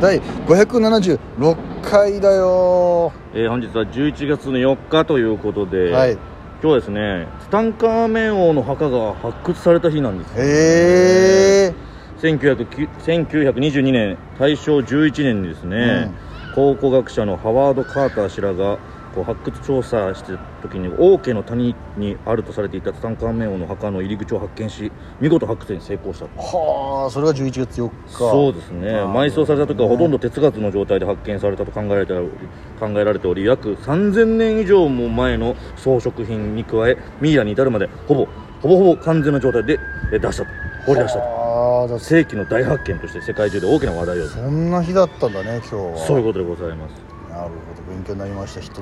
第576回だよえー本日は11月の4日ということで、はい今日はですねツタンカーメン王の墓が発掘された日なんですへえ1909 1922年大正11年にですね、考古学者のハワード・カーター氏らがこう発掘調査してた時に王家の谷にあるとされていたツタンカーメン王の墓の入り口を発見し見事発掘に成功したはあそれが11月4日そうですねあー埋葬された時はねほとんど哲学の状態で発見されたと考えられており考えられており約3000年以上も前の装飾品に加えミイラに至るまでほぼほぼほぼ完全な状態でえ出したと掘り出したとはあだ世紀の大発見として世界中で大きな話題をそんな日だったんだね今日はそういうことでございますなるほど勉強になりました一つ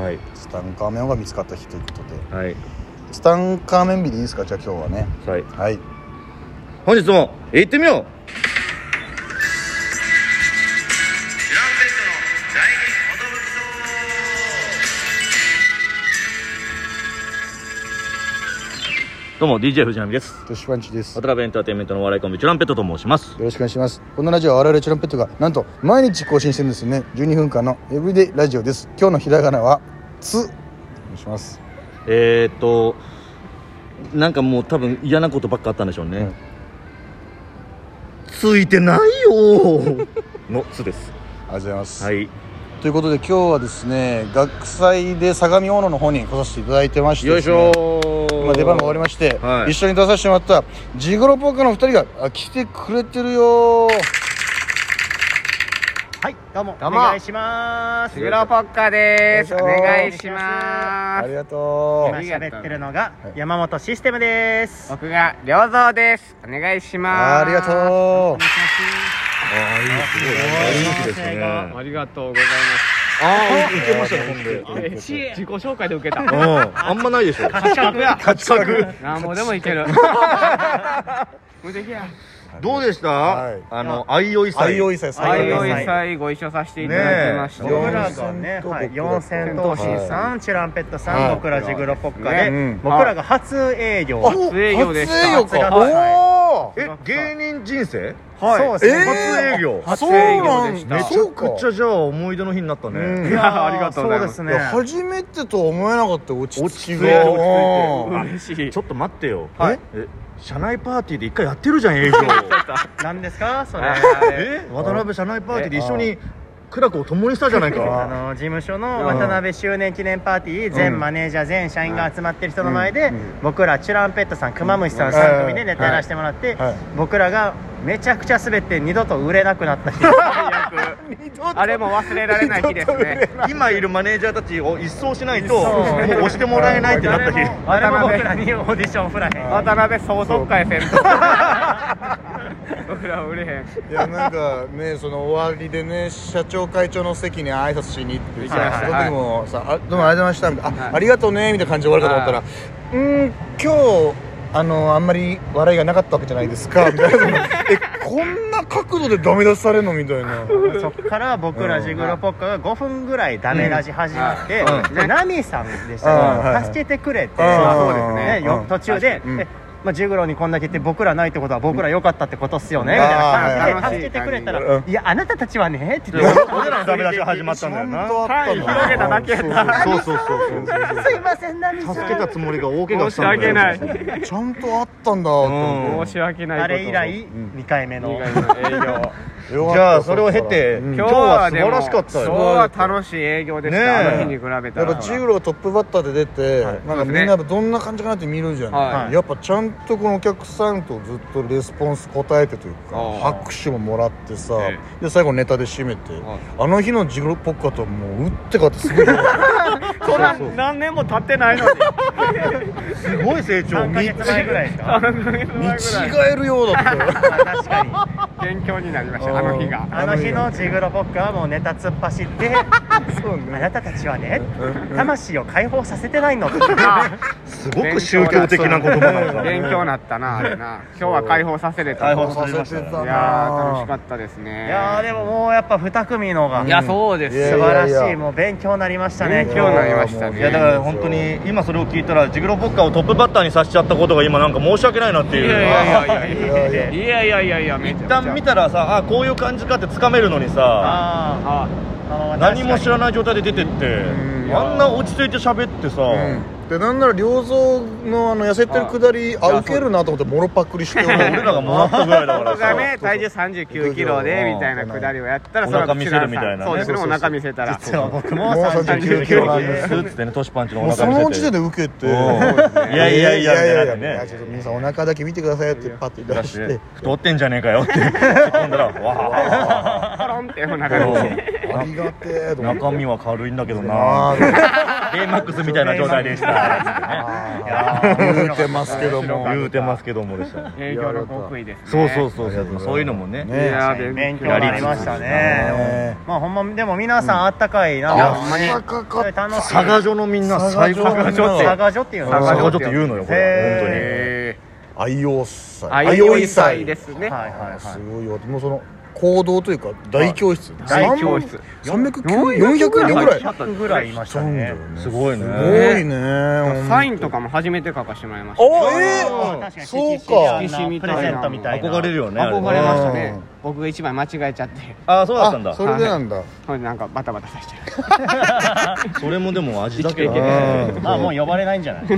はいツタンカーメンが見つかった日ということではいツタンカーメン日でいいですかじゃあ今日はねはいはい本日も行ってみようどうも DJ 藤波ですトシパンチです渡辺エンターテインメントのお笑いコンビチュランペットと申しますよろしくお願いしますこのラジオは我々チュランペットがなんと毎日更新してるんですよね12分間のエブリデイラジオです今日のひらがなは「つ」お願いしますえー、っとなんかもう多分嫌なことばっかあったんでしょうね、うんついてないよ ーの「つ」ですありがとうございます、はいということで今日はですね学祭で相模大野の方に来させていただいてましてよでいすしね、ょーまあ出番が終わりまして、はい一緒に出させてもらったジグロポーカーの2人があ来てくれてるよはい、どうもどうおも願いします。グロポッカです。よいおしょ願いしあまりす。がと今ありがとう喋ってるのがはい山本システムです。僕が良造です。お願いしうます。ありがう。とうあいいすごい大人気ですねありがとうございまああいけましたねほんす。でえ自己紹介で受けた。うんあんまないでしょ価格や。カツカグなんもでもいける。無敵や。どうでした、はいあの相生相祭生祭はい、お最後ですいさいご一緒させていただきました。ねえ僕ら四が千ね、とはい、僕ら四千頭身さん、チュランペットさん、はい僕らジグロポッカねで、うん僕らが初営業。あ初営業でした初営業かおえ芸人人生そうですね。初営業ー初営業でしためあちゃそうかくちゃじゃあ思い出の日になったね、うんいやありがとうございますそういですやね。初めてとは思えなかったよ落ち着きが落ち着いてうん嬉しいち。ょっと待ってよ、はいえ社内パーティーで一回やってるじゃん営業何ですかそれ。え渡辺社内パーティーで一緒に苦楽を共にしたじゃないあ かの事務所の渡辺周年記念パーティー全マネージャー全社員が集まってる人の前で僕らチュランペットさん熊虫さん3組でネタやらせてもらってはい僕らがめちゃくちゃ滑って二度と売れなくなった日あれも忘れられない日ですね。今いるマネージャーたちを一掃しないとそうもう押してもらえないってなった 誰日も誰も渡僕辺らにオーディション振らへん渡辺総督会戦闘。僕らは売れへん。いやなんかねその終わりでね社長会長の席に挨拶しに行はってさいそはいはいの時もさ「あどうもありがとうございました」みたいなはあい「ありがとうね」みたいな感じで終わるかと思ったら「うーん今日あのあんまり笑いがなかったわけじゃないですか」みたいなえこんな角度でダメ出しされるのみたいな。そっから僕らジグロポッカが5分ぐらいダメラジ始まって、うんでナミさんでしたうんね助けてくれて、うんそうですねようん途中で、うんえまあ、ジグロにこんだけ言って僕らないってことは僕ら良かったってことっすようね、んみたいなあー感じで助けてくれたら「うんいやあなたたちはね」って言って俺らのダメ出し始まったんだよなちゃんとあったん広げただけやなそうそうそう「すいませんナミそさうん助けたつもりが大怪申我ししたんだ訳よない。ちゃんとあったんだと思ってうん申し訳ないことを。あれ以来2回目の以外の営業。よかったじゃあそれを経てうん今日は素晴らしかったよ今日は楽しい営業でしねた、えあの日に比べたやっらぱジグロがトップバッターで出て、なんかみんなやっぱどんな感じかなって見るじゃない、はいやっぱちゃんとこのお客さんとずっとレスポンス答えてというかああ拍手ももらってさ、えで最後ネタで締めて、はいあの日のジグロポッカともう打ってかってすごいそんな何年も経ってないのにすごい成長3ヶ月前ぐらいですか見違えるようだった よ確かに勉強になりましたあの日があの日のジグロポッカはもうネタ突っ走ってそう「あねなたたちはね魂を解放させてないの」ってすごく宗教的な言葉なんだ勉強なったなあれな今日は解放させれた解いや放されましたね 解放させてたー楽しかなったですねいやーでももうやっぱ2組のがいやそうですいや素よ晴らしいややもう勉強になりましたね勉今強日にのなりましたねいやだから本当に今それを聞いたらジグロポッカーをトップバッターにさせちゃったことが今なんか申し訳ないなっていういやいやいやいやいやいいやいややいやいやめちゃ一くちゃ旦見たらさあこうどういう感じかってつかめるのにさあああ何も知らない状態で出てってうんあんな落ち着いて喋ってさ、うんでなんなら良三のあの痩せてるくだりあ受けるなと思ってもろパクリして俺らがもらったぐらいだから僕さがね体重3 9キロでみたいなくだりをやったらおそれ腹は見せるみたいなねそうですねお腹見せたら実は僕ももう39 39キキロロななんんでですスーツでねトシパンチのもおうそ腹の見時点せてで受けてういんいやいやいやいやいやいやねちょっと皆さんお腹だけ見てくださいってパッて出出ししてて太ってんじゃねえかよって突っ込んだらわ ポロンっておあ腹見せありがてえと思って中身は軽いんだけどなあーベイマックスみたいな状態でしたあー言うてますけども言うてますけどもでしたね営業の極意ですねそうそうそうありそがとうございうますそういうのもねねいやー勉勉強強になりましたねねまあほんまでも皆さんあったかいな、いん、やほんまにあったかかった楽しい佐賀女のみんな最高佐賀女佐賀女っていうの佐佐賀賀女女って言うのよこれへ愛用祭あいおい祭ですねはいはいはいすごいよもうその行動というか大教室大教室300 400人ぐらい100ぐらいいましそたうなんだねよねすごいねすごいねサインとかも初めて書かしてもらいましたおえうん確かーにそう色か紙みプたレいなゼントみたい本当に憧なれるよねあれね憧れましたうねん僕が一枚間違えちゃってあそうだったんあだそれでなんだほんでなんかバタバタさせちゃうそれもでも味だけど生きていねまあもう呼ばれないんじゃない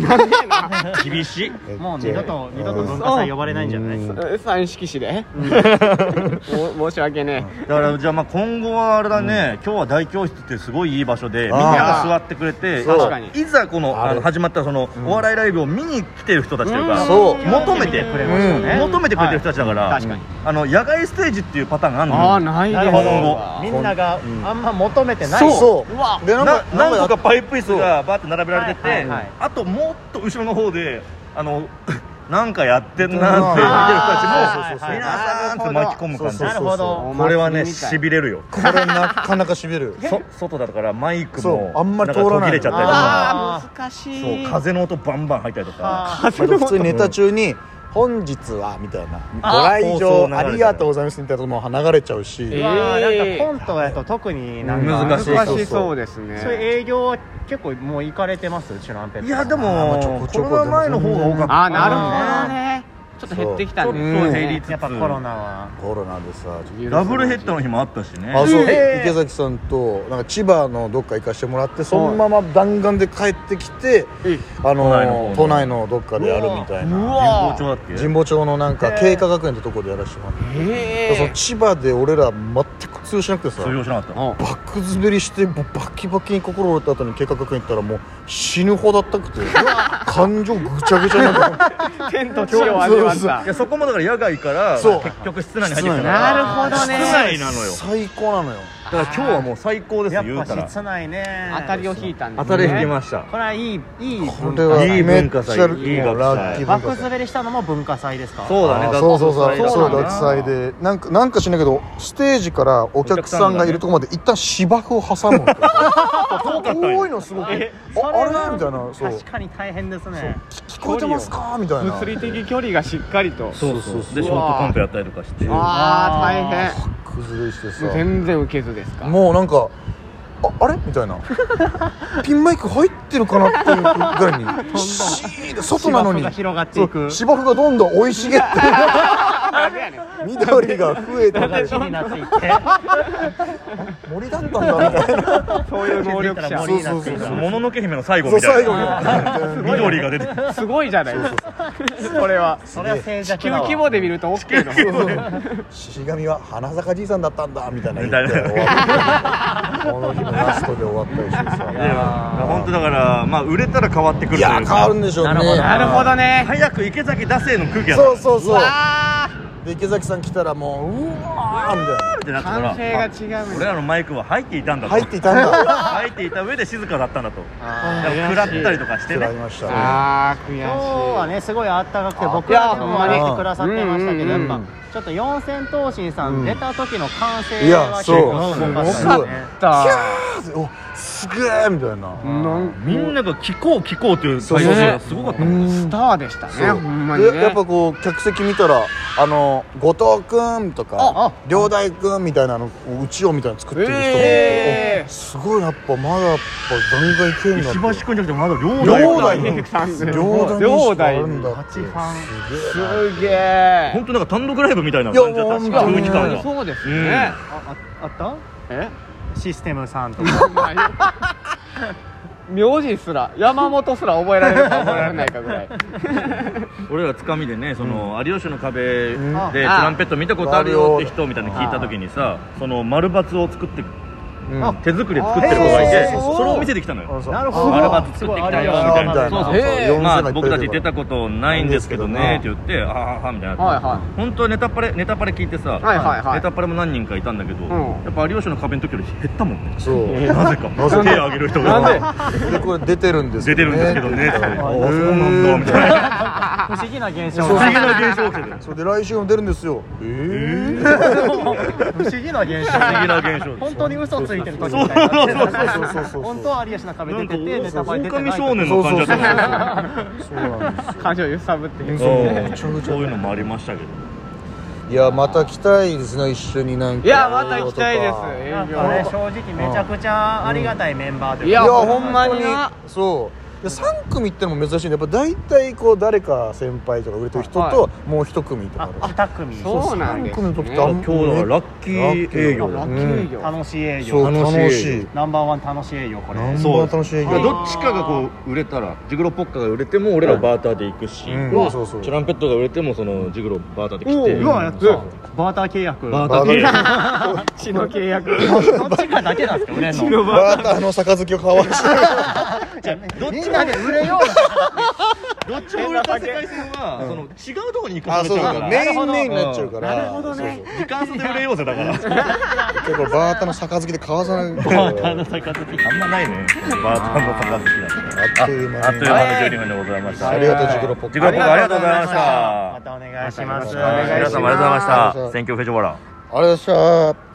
厳しいもう二度と二度と文化祭呼ばれないんじゃないうんサイン色紙でも申し訳ねえだからじゃあまあ今後はあれだね、今日は大教室ってすごいいい場所でみんあーなが座ってくれてそう確かにいざこのあれあの始まったその、お笑いライブを見に来てる人たちというか、うんそう求めてうんくれましたよね、求めてくれてる人たちだから、はい確かにあの野外ステージっていうパターンがあるのよああないでなするほどわみんながあんま求めてないそうでなんなか何な個んかかパイプ椅子がバーって並べられてて、はいはいはいあともっと後ろの方であの なんかやってんなって見てる人たちあーも皆さんって巻き込む感じそうなそうそうるほそどこれはねお祭りみたいしびれるよこれなか なかしびれるそ外だからマイクそうもあんまり通らないんか途切れちゃったりとかあー難しそう風の音バンバン入ったりとかあーあと普通にネタ中に「本日は」みたいな「ご来放送流れ場たあらりがとうございます」みたいなのも流れちゃうし、えーまあなんかコントやと特になんかうん難しい難しそうですねそういう営業は結構もう行かれてますチュランペットいやでもあーまあちょこちょこコロナ前の方が多かったああなるほどねちょっと減ってきたそうね減りつつやっぱコロナはコロナでさダブルヘッドの日もあったしねあそう、えー池崎さんとなんか千葉のどっか行かしてもらってそのまま弾丸で帰ってきて、あ都内の方のに都内のどっかでやるみたいな神保町だっけ神保町のなんかへー経華学園ってとこでやらせてもらって、その千葉で俺ら全く通用しなくてさ通用しなかっバック滑りしてもうバキバキに心折れた後に計画学園行ったらもう死ぬほどあったくて感情ぐちゃぐちゃになった天と地を味わっそうそうたたいやそこもだから野外からそう結 局室内に入ってきたからなるほどね室内なのよ最高なのよだから今日はもう最高ですやよっ言うたぱら室内ね当たりを引いたんです当ねたり引きましたこれはいいいいこれはいめっちゃいい文化祭いいもうラッキーい文バ化ッ祭ク滑りしたのも文化祭ですかそうだねあー学そ校うそうそう祭だそうな学祭でなんかなんかしないけどステージからお客さんがいるとこまで一旦芝生を挟むっていう遠いのすごくああれみたいなそう確かに大変ですね聞こえてますかみたいな物理的距離がしっかりとそうそうそうでショートコントやったりとかしてああ大変崩れしてさもう全然受けずですかもうなんかああれみ たいなピンマイク入ってるかなっていうぐらいにシーンで外なのに芝生が広がってそいくう芝生がどんどん生い茂って 緑が増えて形になっていって森だったんだみたいなそういう能力者そう森にそなうってそいうくもののけ姫の最後そうみた最い後な に 緑が出てすごいじゃないですかこれはそれは静地寂球だわ規模で見ると OK のそうそう死神は花坂じいさんだったんだみたいな言ってみたいな終わったこの日のラストで終わったりしていさや本当だからまあ売れたら変わってくるいというやか変わるんでしょうねなるほどなるほどね早く池崎出せの空気やったそうそうそうあで池崎さん来たらもううわーみたいってなっあたか完成らが違うん俺らのマイクは入っていたんだなと入っていたんだ入っていた上で静かだったんだとだからあ食らったりとかして食ねらいましたあー悔しい今日はねすごいあったかくて僕いやらでもほんまに来てくださってましたけどやうっんぱちょっと四千頭身さうんん出た時の歓声いがや結そう構すごかっすたごいですねおすげえみたいななんみんなが聞こう聞こうというそう対そう応そうがすごかったうんスターでしたねそうほんまにでねやっぱこう客席見たらあの後藤君とか両大君みたいなのうちをみたいなの作ってる人もいて、えおーすごいやっぱまだやっぱガンガンいけんだ石橋君じゃなくてまだ両両大大君さん両大にしてあるんだってすげえ本当なんか単独ライブみたいなの感じだったんですよいやもう空気感がそうですね。あああったえシステムさんと名字すら山本すら覚えられるか覚えられないかぐ らい俺らつかみでね「その有吉の壁」でうんトランペット見たことあるよって人みたいなの聞いた時にさその丸抜を作ってうん手作りで作ってる子がいへてーそれを見せてきたのよなるほど丸抜作ってきたよみたいあなーそうそそううそうへーまあ僕たち出たこことないんですけどねって言って「あーはーみたいなはいは本当はネタパレネタパレ聞いてさ、はいはいはいネタパレも何人かいたんだけど、んやっぱ有吉の壁の時より減ったもんねとそうなぜかなぜ手を挙げる人がでこれ出てるんです出てるんですけどねっあて言ったあらそうなんだみたいな不思議な現象不思議がな現象起きてるそれで来週も出るんですよえー不思不思議な現象議な現象本当に嘘ついてる時みたいなそうそうそうそうそうそう本当は有吉の壁な出んかててネタバレ出て狼ない少年の感じだったもんそうなんですよい感情揺さぶってそうそううんそういうのもありましたけどいやまた来たいですね一緒になんかいやまた行きたいです営なんかね業正直めちゃくちゃありがたいメンバーといいういやかやほほんんままにになそうで3組ってのも珍しいんでやっぱ大体こう誰か先輩とか売れてる人ともう一組とかあ2組そうなん3です組の時ってあねん今日だからラッキー営業だラよッキー営業楽しい営業そう楽しいナンバーワン楽しい営業これナンバーワン楽しい営だから業どっちかがこう売れたらジグロポッカが売れても俺らバーターで行くし、うんうわそうそうトランペットが売れてもそのジグロバーターで来てうわやったバーター契約バーどターで血の契約っちかだけなんですか売れんのバーターの杯を 交わしてみんなで売れようよどっちも売れた世界線は、その違うところに行かあされそうちゃうだからメインメインになっちゃうからなるほどねそう時間差で売れようぜだからそう結構バーターの杯で交わさないバーターの杯 あんまないねバーターの杯だかあらっという間にあっという間の12分でございましたありがとうジグロポッジグロポッカありがとうございましたまたお願いしますまたお願いしま皆さすんありがとうございました選挙フェジョバラありがとうございました